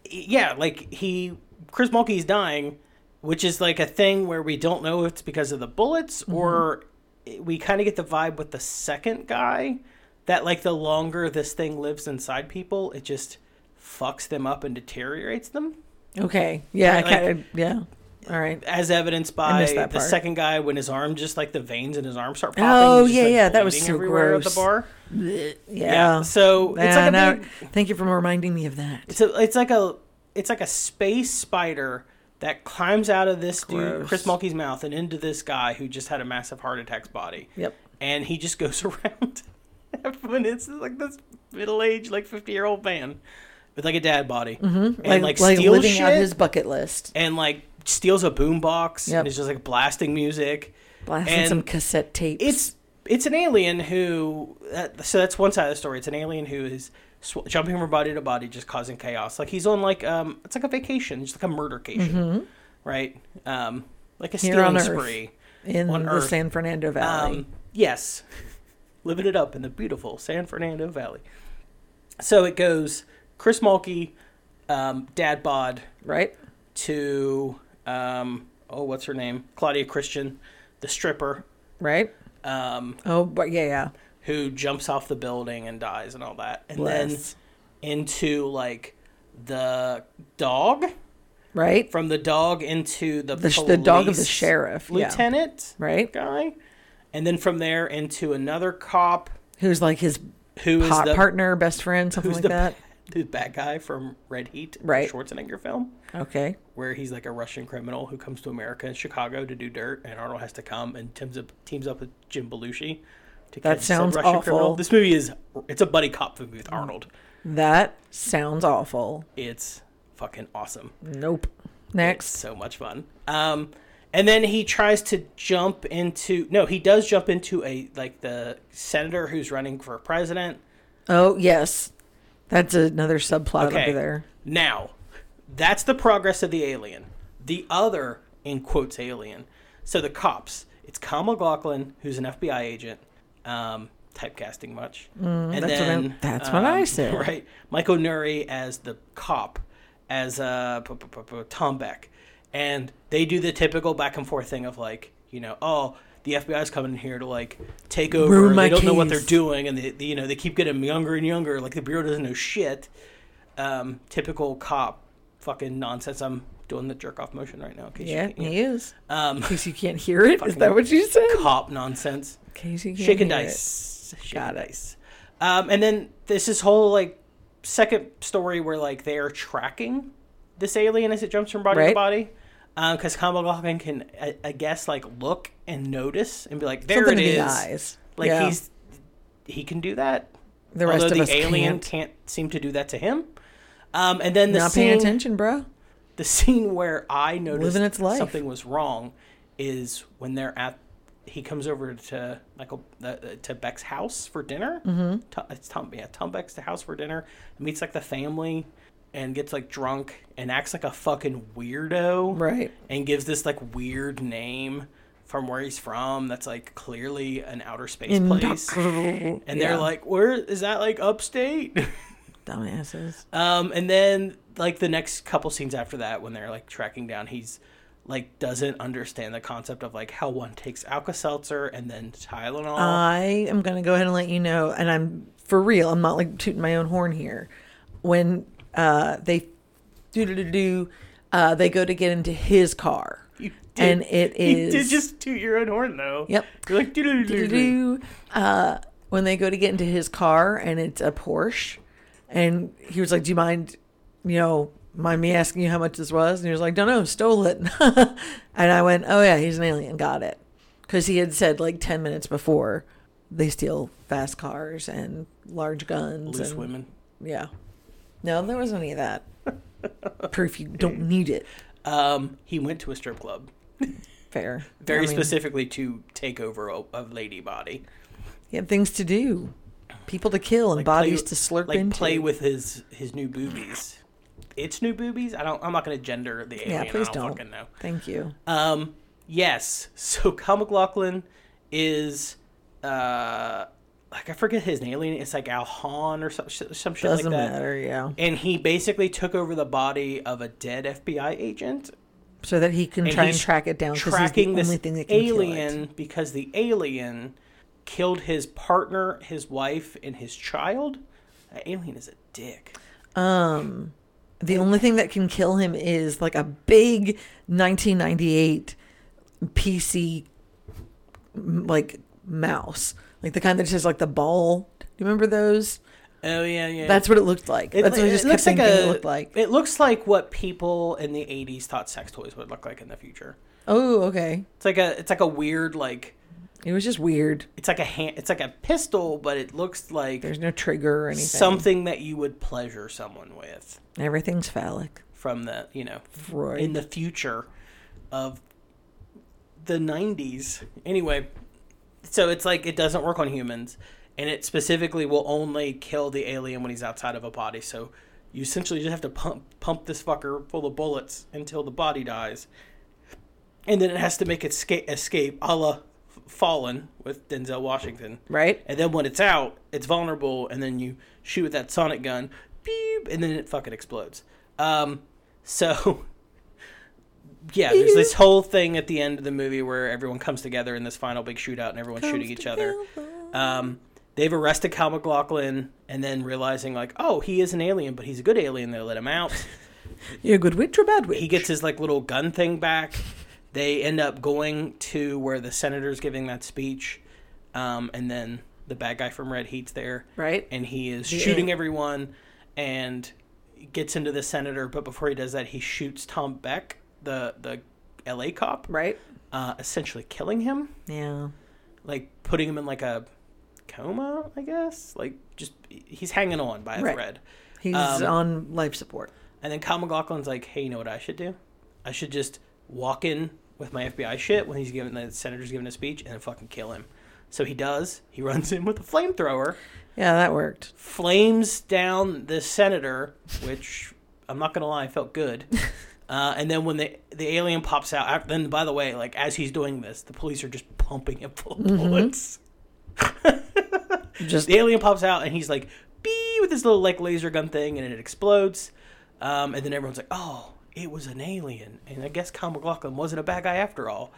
[SPEAKER 1] y- yeah like he chris mulkey's dying which is like a thing where we don't know if it's because of the bullets or it- we kind of get the vibe with the second guy that like the longer this thing lives inside people it just fucks them up and deteriorates them
[SPEAKER 2] Okay. Yeah.
[SPEAKER 1] Right,
[SPEAKER 2] I
[SPEAKER 1] like-
[SPEAKER 2] kind of. Yeah. All right.
[SPEAKER 1] as evidenced
[SPEAKER 2] I
[SPEAKER 1] by
[SPEAKER 2] missed
[SPEAKER 1] the
[SPEAKER 2] that part.
[SPEAKER 1] second guy when his arm just like the veins in his arm start popping.
[SPEAKER 2] Oh
[SPEAKER 1] he's just,
[SPEAKER 2] yeah,
[SPEAKER 1] like,
[SPEAKER 2] yeah. That was
[SPEAKER 1] bleeding
[SPEAKER 2] so
[SPEAKER 1] everywhere
[SPEAKER 2] gross.
[SPEAKER 1] at the bar.
[SPEAKER 2] Blech. Yeah.
[SPEAKER 1] So it's
[SPEAKER 2] Yeah,
[SPEAKER 1] like a
[SPEAKER 2] now-
[SPEAKER 1] big,
[SPEAKER 2] thank you for reminding me of that.
[SPEAKER 1] it's a, it's like a it's like a space spider that climbs out of this dude
[SPEAKER 2] Gross.
[SPEAKER 1] Chris Mulkey's mouth and into this guy who just had a massive heart attack's body.
[SPEAKER 2] Yep.
[SPEAKER 1] And he just goes [laughs] around. Everyone it's like this middle aged like fifty year old man with like a dad body and like, steals
[SPEAKER 2] Mm-hmm. living
[SPEAKER 1] shit
[SPEAKER 2] out his bucket list,
[SPEAKER 1] and like steals a boombox
[SPEAKER 2] Yep.
[SPEAKER 1] and is just like blasting music.
[SPEAKER 2] blasting
[SPEAKER 1] And
[SPEAKER 2] some cassette tapes.
[SPEAKER 1] it's it's an alien who that, so that's one side of the story it's an alien who is sw- jumping from body to body just causing chaos like he's on like um it's like a vacation just like a murder cation right um like a
[SPEAKER 2] Mm-hmm. Here
[SPEAKER 1] stealing
[SPEAKER 2] on Earth.
[SPEAKER 1] spree
[SPEAKER 2] in
[SPEAKER 1] on
[SPEAKER 2] the
[SPEAKER 1] Earth.
[SPEAKER 2] San Fernando Valley.
[SPEAKER 1] um yes living it up in the beautiful san fernando valley so it goes chris mulkey um dad bod
[SPEAKER 2] right.
[SPEAKER 1] to um oh what's her name claudia christian the stripper
[SPEAKER 2] Right.
[SPEAKER 1] um
[SPEAKER 2] Oh, but yeah, yeah.
[SPEAKER 1] who jumps off the building and dies and all that. And
[SPEAKER 2] Bless.
[SPEAKER 1] then into like the dog,
[SPEAKER 2] Right.
[SPEAKER 1] from the dog into the
[SPEAKER 2] The sh- the dog of the
[SPEAKER 1] police
[SPEAKER 2] sheriff, yeah.
[SPEAKER 1] lieutenant
[SPEAKER 2] Right.
[SPEAKER 1] guy, and then from there into another cop
[SPEAKER 2] Who's like his
[SPEAKER 1] who is
[SPEAKER 2] pot
[SPEAKER 1] the
[SPEAKER 2] partner, best friend,
[SPEAKER 1] [laughs]
[SPEAKER 2] something
[SPEAKER 1] who's
[SPEAKER 2] like
[SPEAKER 1] the
[SPEAKER 2] that.
[SPEAKER 1] the bad guy from Red Heat, the
[SPEAKER 2] Right.
[SPEAKER 1] Schwarzenegger film,
[SPEAKER 2] Okay.
[SPEAKER 1] where he's like a Russian criminal who comes to America in Chicago to do dirt, and Arnold has to come and teams up teams up with Jim Belushi. To
[SPEAKER 2] That
[SPEAKER 1] catch said
[SPEAKER 2] sounds
[SPEAKER 1] Russian
[SPEAKER 2] awful.
[SPEAKER 1] criminal. This movie is it's a buddy cop movie with Arnold.
[SPEAKER 2] That sounds awful.
[SPEAKER 1] It's fucking awesome.
[SPEAKER 2] Nope.
[SPEAKER 1] It's
[SPEAKER 2] Next.
[SPEAKER 1] so much fun. Um, and then he tries to jump into no, he does jump into a like the senator who's running for president.
[SPEAKER 2] Oh yes, that's another subplot
[SPEAKER 1] Okay.
[SPEAKER 2] over there.
[SPEAKER 1] Now, that's the progress of the alien. The other in quotes alien. So the cops. It's Kyle McLaughlin, who's an FBI agent. Um, typecasting much. and um,
[SPEAKER 2] Mm, that's what I- that's what I said.
[SPEAKER 1] [laughs] Right. Michael Nuri as the cop, as uh, p- p- p- p- Tom Beck, and they do the typical back and forth thing of like, you know, oh, the FBI's coming in here to like take over.
[SPEAKER 2] Ruin
[SPEAKER 1] they
[SPEAKER 2] my
[SPEAKER 1] don't know what they're
[SPEAKER 2] case.
[SPEAKER 1] doing, and they, they- you know they keep getting younger and younger. Like the bureau doesn't know shit. Um, typical cop, fucking nonsense. I'm doing the jerk off motion right now. In case
[SPEAKER 2] Yeah,
[SPEAKER 1] you can't, [laughs]
[SPEAKER 2] he [laughs] is.
[SPEAKER 1] Um,
[SPEAKER 2] In case you can't hear it, is that what you said?
[SPEAKER 1] cop nonsense.
[SPEAKER 2] case you can't
[SPEAKER 1] Shake and
[SPEAKER 2] hear it.
[SPEAKER 1] dice. Shake
[SPEAKER 2] Got
[SPEAKER 1] and
[SPEAKER 2] it.
[SPEAKER 1] dice. Um, and then there's this whole like second story where like they are tracking this alien as it jumps from body to
[SPEAKER 2] Right.
[SPEAKER 1] body. Uh, Because Kyle McLaughlin can, I, I guess, like look and notice and be like, there
[SPEAKER 2] Something
[SPEAKER 1] it
[SPEAKER 2] in
[SPEAKER 1] is.
[SPEAKER 2] the eyes.
[SPEAKER 1] Like
[SPEAKER 2] Yeah.
[SPEAKER 1] he's, he can do that.
[SPEAKER 2] the rest
[SPEAKER 1] Although
[SPEAKER 2] of
[SPEAKER 1] the
[SPEAKER 2] us
[SPEAKER 1] alien
[SPEAKER 2] can't.
[SPEAKER 1] seem to do that to him. Um, and then the
[SPEAKER 2] Not
[SPEAKER 1] scene,
[SPEAKER 2] paying attention, bro.
[SPEAKER 1] the scene where I noticed
[SPEAKER 2] Living its life.
[SPEAKER 1] something was wrong is when they're at he comes over to Michael uh, uh, to Beck's house for dinner. Mm-hmm. It's Tom, yeah, Tom Beck's house for dinner. Meets like the family and gets like drunk and acts like a fucking weirdo,
[SPEAKER 2] Right.
[SPEAKER 1] And gives this like weird name from where he's from. That's like clearly an outer space place.
[SPEAKER 2] and
[SPEAKER 1] And they're like, "Where is that? Like upstate?" [laughs]
[SPEAKER 2] dumbasses.
[SPEAKER 1] Um, and then like the next couple scenes after that, when they're like tracking down, he's like doesn't understand the concept of like how one takes Alka Seltzer and then Tylenol.
[SPEAKER 2] Uh, I am gonna go ahead and let you know, and I'm for real. I'm not like tooting my own horn here. when uh, they do do do, uh, they go to get into his car,
[SPEAKER 1] Did-
[SPEAKER 2] and it is
[SPEAKER 1] You did just toot your own horn, though.
[SPEAKER 2] Yep.
[SPEAKER 1] You're like, doo-doo-doo-doo.
[SPEAKER 2] Do-do-do. Uh, when they go to get into his car and it's a Porsche, and he was like, "Do you mind, you know, mind me asking you how much this was?" And he was like, "No, no, stole it." [laughs] and I went, "Oh yeah, he's an alien, got it," because he had said like ten minutes before they steal fast cars and large guns
[SPEAKER 1] Loose
[SPEAKER 2] and
[SPEAKER 1] women.
[SPEAKER 2] Yeah, no, there wasn't any of that. Proof
[SPEAKER 1] [laughs]
[SPEAKER 2] you don't need it.
[SPEAKER 1] Um, he went to a strip club,
[SPEAKER 2] Fair.
[SPEAKER 1] very
[SPEAKER 2] I mean,
[SPEAKER 1] specifically to take over a, a lady body,
[SPEAKER 2] He had things to do, people to kill, and
[SPEAKER 1] Play-
[SPEAKER 2] bodies to slurp
[SPEAKER 1] like
[SPEAKER 2] into.
[SPEAKER 1] play with his his new boobies. It's new boobies. I don't. I'm not going to gender the alien.
[SPEAKER 2] Yeah, please
[SPEAKER 1] I
[SPEAKER 2] don't.
[SPEAKER 1] Fucking know.
[SPEAKER 2] Thank you.
[SPEAKER 1] Um, yes. [laughs] So Kyle McLaughlin is uh like I forget his name. Alien. It's like Alhan or some sh- some shit
[SPEAKER 2] Doesn't
[SPEAKER 1] like that.
[SPEAKER 2] matter, yeah.
[SPEAKER 1] And he basically took over the body of a dead FBI agent.
[SPEAKER 2] So that he can
[SPEAKER 1] And
[SPEAKER 2] try and
[SPEAKER 1] he's
[SPEAKER 2] track it down. 'cause he's the
[SPEAKER 1] Tracking this
[SPEAKER 2] only thing that can kill it.
[SPEAKER 1] alien because the alien killed his partner, his wife, and his child. That alien is a dick.
[SPEAKER 2] Um, the only thing that can kill him is like a big 1998 PC m- like mouse, like the kind that just has like the ball. Do you remember those?
[SPEAKER 1] Oh yeah, yeah.
[SPEAKER 2] That's what it looked like. That's what I just kept thinking it looked like.
[SPEAKER 1] It looks like what people in the '80s thought sex toys would look like in the future.
[SPEAKER 2] Oh, okay.
[SPEAKER 1] It's like a it's like a weird like
[SPEAKER 2] It was just weird.
[SPEAKER 1] it's like a hand it's like a pistol, but it looks like
[SPEAKER 2] There's no trigger or anything.
[SPEAKER 1] something that you would pleasure someone with
[SPEAKER 2] Everything's phallic.
[SPEAKER 1] from the you know
[SPEAKER 2] Right.
[SPEAKER 1] in the future of the '90s. Anyway, so it's like it doesn't work on humans, and it specifically will only kill the alien when he's outside of a body. So you essentially just have to pump pump this fucker full of bullets until the body dies, and then it has to make its sca- escape, a la Fallen with Denzel Washington.
[SPEAKER 2] Right.
[SPEAKER 1] And then when it's out, it's vulnerable, and then you shoot with that sonic gun, beep, and then it fucking explodes. Um, so [laughs] yeah, there's this whole thing at the end of the movie where everyone comes together in this final big shootout and everyone's shooting each other. Um, they've arrested Kyle McLaughlin and then realizing like, oh, he is an alien, but he's a good alien. They let him out.
[SPEAKER 2] You're a good witch or bad witch?
[SPEAKER 1] he gets his like little gun thing back. They end up going to where the senator's giving that speech, um, and then the bad guy from Red Heat's there,
[SPEAKER 2] Right.
[SPEAKER 1] And he is
[SPEAKER 2] The
[SPEAKER 1] shooting
[SPEAKER 2] end.
[SPEAKER 1] everyone, and gets into the senator. But before he does that, he shoots Tom Beck, the the L.A. cop,
[SPEAKER 2] right.
[SPEAKER 1] uh, essentially killing him,
[SPEAKER 2] Yeah.
[SPEAKER 1] like putting him in like a coma, I guess. Like just he's hanging on by a
[SPEAKER 2] Right.
[SPEAKER 1] thread.
[SPEAKER 2] He's
[SPEAKER 1] Um,
[SPEAKER 2] on life support.
[SPEAKER 1] And then Kyle McLaughlin's like, hey, you know what I should do? I should just walk in with my FBI shit when he's giving the senator's giving a speech and then fucking kill him. So he does. He [laughs] runs in with a flamethrower,
[SPEAKER 2] Yeah, that worked.
[SPEAKER 1] flames down the senator, which I'm not gonna lie, felt
[SPEAKER 2] [laughs]
[SPEAKER 1] good. Uh, and then when the the alien pops out, af- then by the way, like as he's doing this, the police are just pumping him full of bullets.
[SPEAKER 2] Mm-hmm. Just
[SPEAKER 1] [laughs] The alien pops out and he's like, "Bee" with his little like laser gun thing, and it explodes. Um, and then everyone's like, "Oh, it was an alien." And I guess Kyle McLaughlin wasn't a bad guy after all.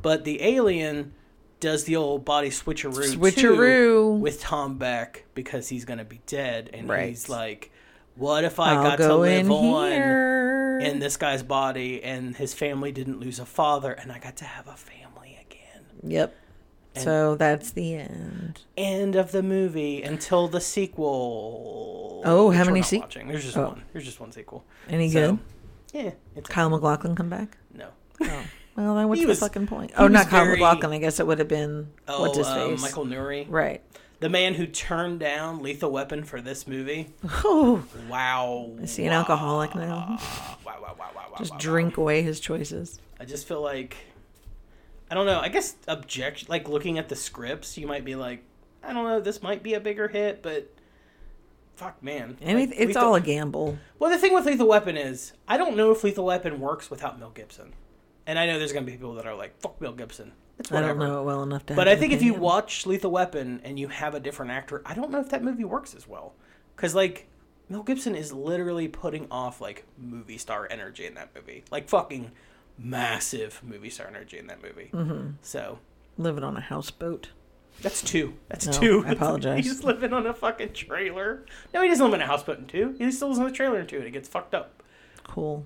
[SPEAKER 1] But the alien does the old body switcheroo, too
[SPEAKER 2] Switcheroo.
[SPEAKER 1] with Tom Beck because he's gonna be dead, and
[SPEAKER 2] Right.
[SPEAKER 1] he's like, "What if I
[SPEAKER 2] I'll
[SPEAKER 1] got to
[SPEAKER 2] go
[SPEAKER 1] live
[SPEAKER 2] in
[SPEAKER 1] on?"
[SPEAKER 2] here.
[SPEAKER 1] in this guy's body and his family didn't lose a father and I got to have a family again.
[SPEAKER 2] Yep. so that's the end.
[SPEAKER 1] End of the movie until the sequel.
[SPEAKER 2] Oh, how
[SPEAKER 1] which we're
[SPEAKER 2] many
[SPEAKER 1] not
[SPEAKER 2] sequ-
[SPEAKER 1] watching. There's just one. There's just one sequel.
[SPEAKER 2] Any
[SPEAKER 1] So,
[SPEAKER 2] good?
[SPEAKER 1] Yeah. It's
[SPEAKER 2] Kyle McLaughlin come back?
[SPEAKER 1] no.
[SPEAKER 2] Well, then what's
[SPEAKER 1] He
[SPEAKER 2] the
[SPEAKER 1] was-
[SPEAKER 2] fucking point?
[SPEAKER 1] he
[SPEAKER 2] Oh,
[SPEAKER 1] was
[SPEAKER 2] not Kyle
[SPEAKER 1] very-
[SPEAKER 2] McLaughlin. I guess it would have been
[SPEAKER 1] Oh,
[SPEAKER 2] what's his
[SPEAKER 1] uh,
[SPEAKER 2] face?
[SPEAKER 1] Michael Nuri,
[SPEAKER 2] Right.
[SPEAKER 1] the man who turned down Lethal Weapon for this movie.
[SPEAKER 2] Oh,
[SPEAKER 1] Wow.
[SPEAKER 2] is he an alcoholic
[SPEAKER 1] Wow!
[SPEAKER 2] now?
[SPEAKER 1] Wow! Wow! Wow! Wow!
[SPEAKER 2] Just
[SPEAKER 1] wow,
[SPEAKER 2] drink away his choices.
[SPEAKER 1] I just feel like I don't know. I guess object like looking at the scripts, you might be like, I don't know, this might be a bigger hit, but fuck, man.
[SPEAKER 2] And
[SPEAKER 1] Like,
[SPEAKER 2] it- it's
[SPEAKER 1] Lethal-
[SPEAKER 2] all a gamble.
[SPEAKER 1] Well, the thing with Lethal Weapon is, I don't know if Lethal Weapon works without Mel Gibson. And I know there's gonna be people that are like, fuck Mel Gibson. It's
[SPEAKER 2] I
[SPEAKER 1] whatever.
[SPEAKER 2] don't know it well enough to.
[SPEAKER 1] But I
[SPEAKER 2] have an
[SPEAKER 1] think if you
[SPEAKER 2] opinion.
[SPEAKER 1] watch Lethal Weapon and you have a different actor, I don't know if that movie works as well. Because, like, Mel Gibson is literally putting off, like, movie star energy in that movie. Like, fucking
[SPEAKER 2] Mm-hmm.
[SPEAKER 1] massive movie star energy in that movie. So,
[SPEAKER 2] living on a houseboat,
[SPEAKER 1] That's two. That's [laughs]
[SPEAKER 2] No,
[SPEAKER 1] two.
[SPEAKER 2] I apologize.
[SPEAKER 1] He's living on a fucking trailer. No, he doesn't live in a houseboat in two. He still lives in a trailer in two, and it gets fucked up.
[SPEAKER 2] Cool.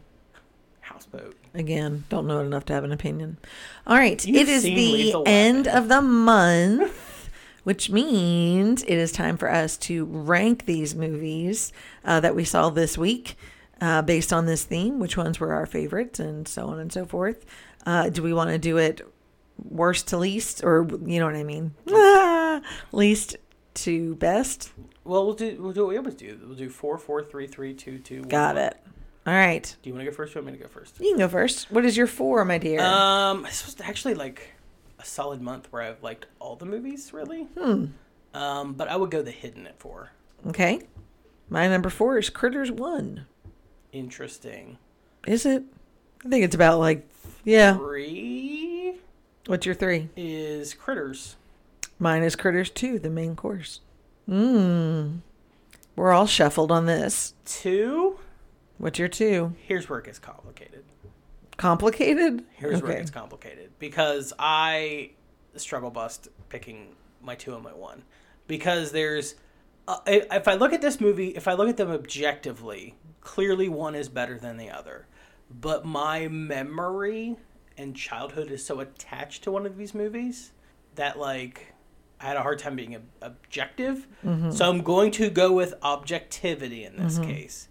[SPEAKER 1] Houseboat.
[SPEAKER 2] Again, don't know it enough to have an opinion. All right,
[SPEAKER 1] You've
[SPEAKER 2] it is
[SPEAKER 1] seen
[SPEAKER 2] the
[SPEAKER 1] Lethal
[SPEAKER 2] end of the month, which means it is time for us to rank these movies uh, that we saw this week uh, based on this theme, which ones were our favorites, and so on and so forth. Uh, do we want to do it worst to least, or you know what I mean? [laughs] Ah, least to best?
[SPEAKER 1] Well, we'll do we'll do what we always do. We'll do four, four, three, three, two, two. one,
[SPEAKER 2] Got
[SPEAKER 1] one.
[SPEAKER 2] it. All right.
[SPEAKER 1] Do you want to go first? Or you want me to go first?
[SPEAKER 2] You can go first. What is your four, my dear?
[SPEAKER 1] Um, this was actually like a solid month where I've liked all the movies, really.
[SPEAKER 2] Hmm.
[SPEAKER 1] Um, but I would go The Hidden at four.
[SPEAKER 2] Okay. My number four is Critters One.
[SPEAKER 1] Interesting.
[SPEAKER 2] Is it? I think it's about like, yeah.
[SPEAKER 1] Three
[SPEAKER 2] What's your three?
[SPEAKER 1] is Critters.
[SPEAKER 2] Mine is Critters Two, the main course. Mmm. We're all shuffled on this.
[SPEAKER 1] Two.
[SPEAKER 2] What's your two?
[SPEAKER 1] Here's where it gets complicated.
[SPEAKER 2] Complicated?
[SPEAKER 1] Here's where it
[SPEAKER 2] Okay.
[SPEAKER 1] gets complicated because I struggle bust picking my two and my one because there's uh, i- if I look at this movie, if I look at them objectively, clearly one is better than the other. But my memory and childhood is so attached to one of these movies that like I had a hard time being ob- objective.
[SPEAKER 2] Mhm.
[SPEAKER 1] So I'm going to go with objectivity in this
[SPEAKER 2] Mhm.
[SPEAKER 1] case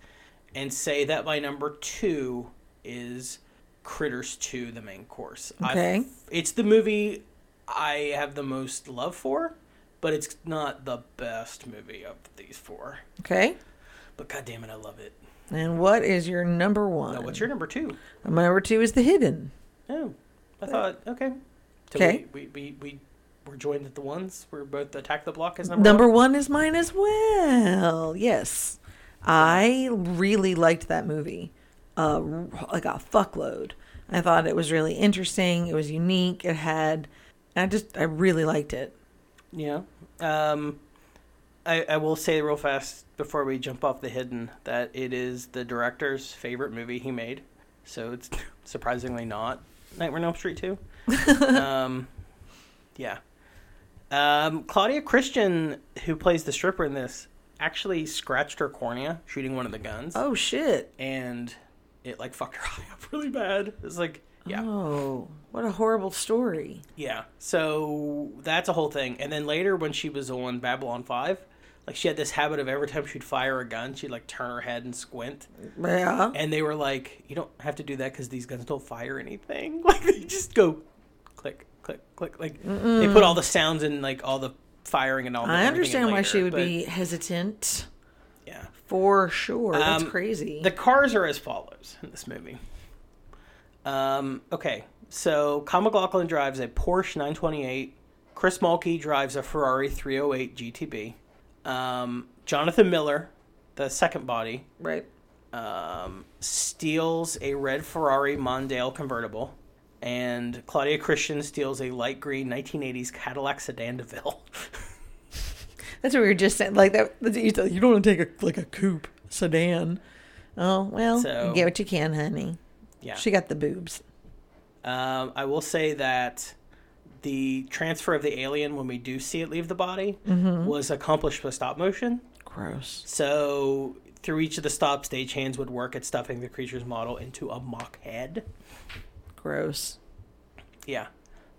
[SPEAKER 1] and say that my number two is Critters 2, the main course. I-
[SPEAKER 2] Okay.
[SPEAKER 1] it's the movie I have the most love for, but it's not the best movie of these four.
[SPEAKER 2] Okay.
[SPEAKER 1] But goddamn it, I love it.
[SPEAKER 2] And what is your number one?
[SPEAKER 1] Now, what's your number two?
[SPEAKER 2] My number two is The Hidden.
[SPEAKER 1] Oh, I thought, okay. So
[SPEAKER 2] Okay.
[SPEAKER 1] We, we, we, we were joined at the ones. We're both Attack the Block as number,
[SPEAKER 2] Number, one. is mine as well. Yes. I really liked that movie. Uh, like a fuckload. I thought it was really interesting. It was unique. It had, I just, I really liked it.
[SPEAKER 1] Yeah. Um, I, I will say real fast before we jump off the hidden that it is the director's favorite movie he made. So it's surprisingly not Nightmare on Elm Street
[SPEAKER 2] [laughs]
[SPEAKER 1] 2. um, yeah. Um, Claudia Christian, who plays the stripper in this, actually scratched her cornea shooting one of the guns.
[SPEAKER 2] Oh, shit.
[SPEAKER 1] And it like fucked her [laughs] eye up really bad. It's like, yeah.
[SPEAKER 2] Oh, what a horrible story.
[SPEAKER 1] Yeah. So that's a whole thing. And then later when she was on Babylon 5, like she had this habit of every time she'd fire a gun, she'd like turn her head and squint.
[SPEAKER 2] Yeah.
[SPEAKER 1] And they were like, you don't have to do that because these guns don't fire anything. [laughs] Like they just go click, click, click. Like they
[SPEAKER 2] Mm-mm.
[SPEAKER 1] put all the sounds and like all the firing and all the
[SPEAKER 2] I
[SPEAKER 1] everything in
[SPEAKER 2] understand why
[SPEAKER 1] later,
[SPEAKER 2] she would
[SPEAKER 1] but-
[SPEAKER 2] be hesitant.
[SPEAKER 1] Yeah.
[SPEAKER 2] For sure. That's
[SPEAKER 1] Um,
[SPEAKER 2] crazy.
[SPEAKER 1] The cars are as follows in this movie. Um, okay, so Kyle McLaughlin drives a Porsche 928. Chris Mulkey drives a Ferrari 308 GTB. Um, Jonathan Miller, the second body,
[SPEAKER 2] right.
[SPEAKER 1] um, steals a red Ferrari Mondale convertible. And Claudia Christian steals a light green 1980s Cadillac sedan DeVille.
[SPEAKER 2] That's what we were just saying. Like that, that's what you tell- you don't want to take a like a coupe sedan. Oh well,
[SPEAKER 1] So-
[SPEAKER 2] get what you can, honey.
[SPEAKER 1] [laughs] Yeah.
[SPEAKER 2] she got the boobs.
[SPEAKER 1] Um, I will say that the transfer of the alien, when we do see it leave the body,
[SPEAKER 2] Mhm.
[SPEAKER 1] was accomplished with stop motion.
[SPEAKER 2] Gross.
[SPEAKER 1] So through each of the stops, stagehands would work at stuffing the creature's model into a mock head.
[SPEAKER 2] Gross.
[SPEAKER 1] Yeah.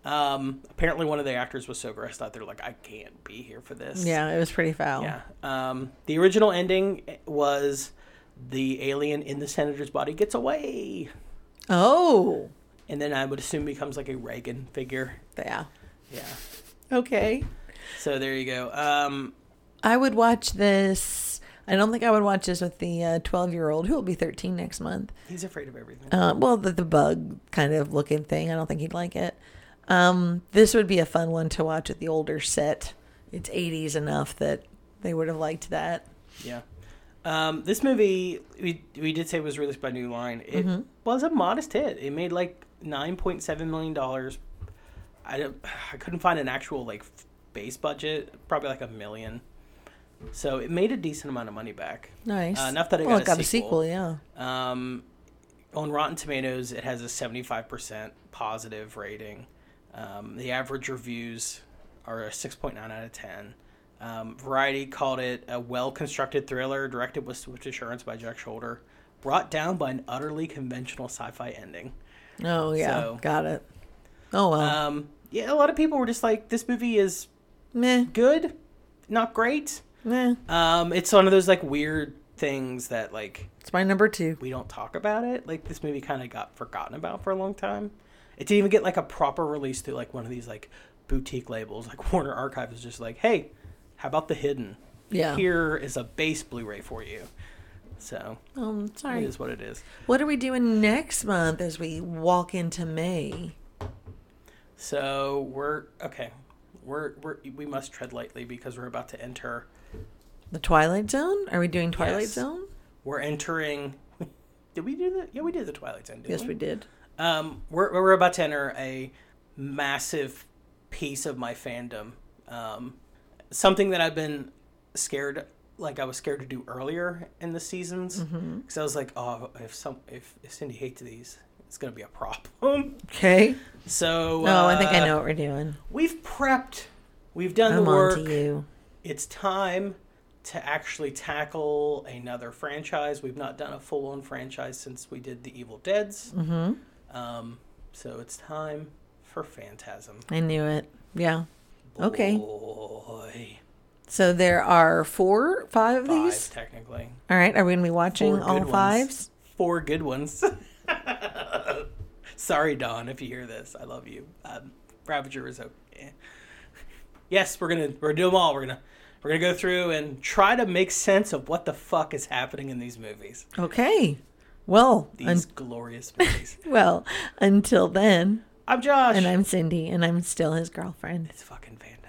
[SPEAKER 1] Um, apparently, one of the actors was so grossed out they're like, "I can't be here for this."
[SPEAKER 2] Yeah, it was pretty foul.
[SPEAKER 1] Yeah. Um, the original ending was the alien in the senator's body gets away,
[SPEAKER 2] Oh.
[SPEAKER 1] and then I would assume becomes like a Reagan figure.
[SPEAKER 2] Yeah.
[SPEAKER 1] Yeah.
[SPEAKER 2] Okay.
[SPEAKER 1] So there you go. Um,
[SPEAKER 2] I would watch this. I don't think I would watch this with the uh, twelve-year-old who will be thirteen next month.
[SPEAKER 1] He's afraid of everything.
[SPEAKER 2] Uh, well, the, the bug kind of looking thing. I don't think he'd like it. Um, this would be a fun one to watch with the older set. It's '80s enough that they would have liked that.
[SPEAKER 1] yeah. Um, this movie, we, we did say was released by New Line. It
[SPEAKER 2] Mhm.
[SPEAKER 1] was a modest hit. It made like nine point seven million dollars. I don't, I couldn't find an actual like f- base budget. Probably like a million. So it made a decent amount of money back.
[SPEAKER 2] Nice.
[SPEAKER 1] Uh, enough that it
[SPEAKER 2] Well,
[SPEAKER 1] got, a, sequel.
[SPEAKER 2] yeah.
[SPEAKER 1] Um, on Rotten Tomatoes, it has a seventy five percent positive rating. Um, the average reviews are a 6.9 out of 10. Um, Variety called it a well constructed thriller directed with swift assurance by Jack Shoulder, brought down by an utterly conventional sci fi ending.
[SPEAKER 2] Oh, yeah.
[SPEAKER 1] So-
[SPEAKER 2] Got it. Oh, well.
[SPEAKER 1] Um, yeah, a lot of people were just like, this movie is
[SPEAKER 2] Meh.
[SPEAKER 1] good, not great.
[SPEAKER 2] Meh.
[SPEAKER 1] Um, it's one of those like weird things that like
[SPEAKER 2] It's my number two.
[SPEAKER 1] we don't talk about it. Like this movie kind of got forgotten about for a long time. It didn't even get like a proper release through like one of these like boutique labels. Like [laughs] Warner Archive was just like, hey, how about the hidden?
[SPEAKER 2] Yeah.
[SPEAKER 1] Here is a base Blu-ray for you. So
[SPEAKER 2] Um,
[SPEAKER 1] it
[SPEAKER 2] sorry.
[SPEAKER 1] is what it is.
[SPEAKER 2] What are we doing next month as we walk into May?
[SPEAKER 1] So we're okay. We're, we're we must tread lightly because we're about to enter.
[SPEAKER 2] The Twilight Zone? Are we doing Twilight
[SPEAKER 1] Yes.
[SPEAKER 2] Zone?
[SPEAKER 1] We're entering. [laughs] Did we do the? Yeah, we did the Twilight Zone. Didn't
[SPEAKER 2] Yes, we did.
[SPEAKER 1] Um, we're we're about to enter a massive piece of my fandom. Um, something that I've been scared, like I was scared to do earlier in the seasons, because
[SPEAKER 2] Mm-hmm.
[SPEAKER 1] I was like, oh, if some if, if Cindy hates these, it's gonna be a problem. [laughs]
[SPEAKER 2] Okay.
[SPEAKER 1] So
[SPEAKER 2] Oh, I think I
[SPEAKER 1] uh,
[SPEAKER 2] know what we're doing.
[SPEAKER 1] We've prepped. We've done
[SPEAKER 2] I'm
[SPEAKER 1] the
[SPEAKER 2] on
[SPEAKER 1] work.
[SPEAKER 2] to you.
[SPEAKER 1] It's time to actually tackle another franchise. We've not done a full on franchise since we did The Evil Deads.
[SPEAKER 2] Mhm.
[SPEAKER 1] Um, so it's time for Phantasm.
[SPEAKER 2] I knew it. Yeah. Okay.
[SPEAKER 1] Boy.
[SPEAKER 2] So there are four, five of
[SPEAKER 1] Five,
[SPEAKER 2] these?
[SPEAKER 1] technically.
[SPEAKER 2] All right. Are we going to be watching
[SPEAKER 1] good
[SPEAKER 2] all
[SPEAKER 1] ones.
[SPEAKER 2] fives?
[SPEAKER 1] Four good ones. [laughs] Sorry, Dawn, if you hear this. I love you. Um, Ravager is okay. Yes, we're gonna we're gonna do them all. We're gonna we're gonna go through and try to make sense of what the fuck is happening in these movies.
[SPEAKER 2] Okay. Well,
[SPEAKER 1] These
[SPEAKER 2] un-
[SPEAKER 1] glorious movies.
[SPEAKER 2] well, until then,
[SPEAKER 1] I'm Josh.
[SPEAKER 2] and I'm Cindy, and I'm still his girlfriend.
[SPEAKER 1] it's fucking fantastic.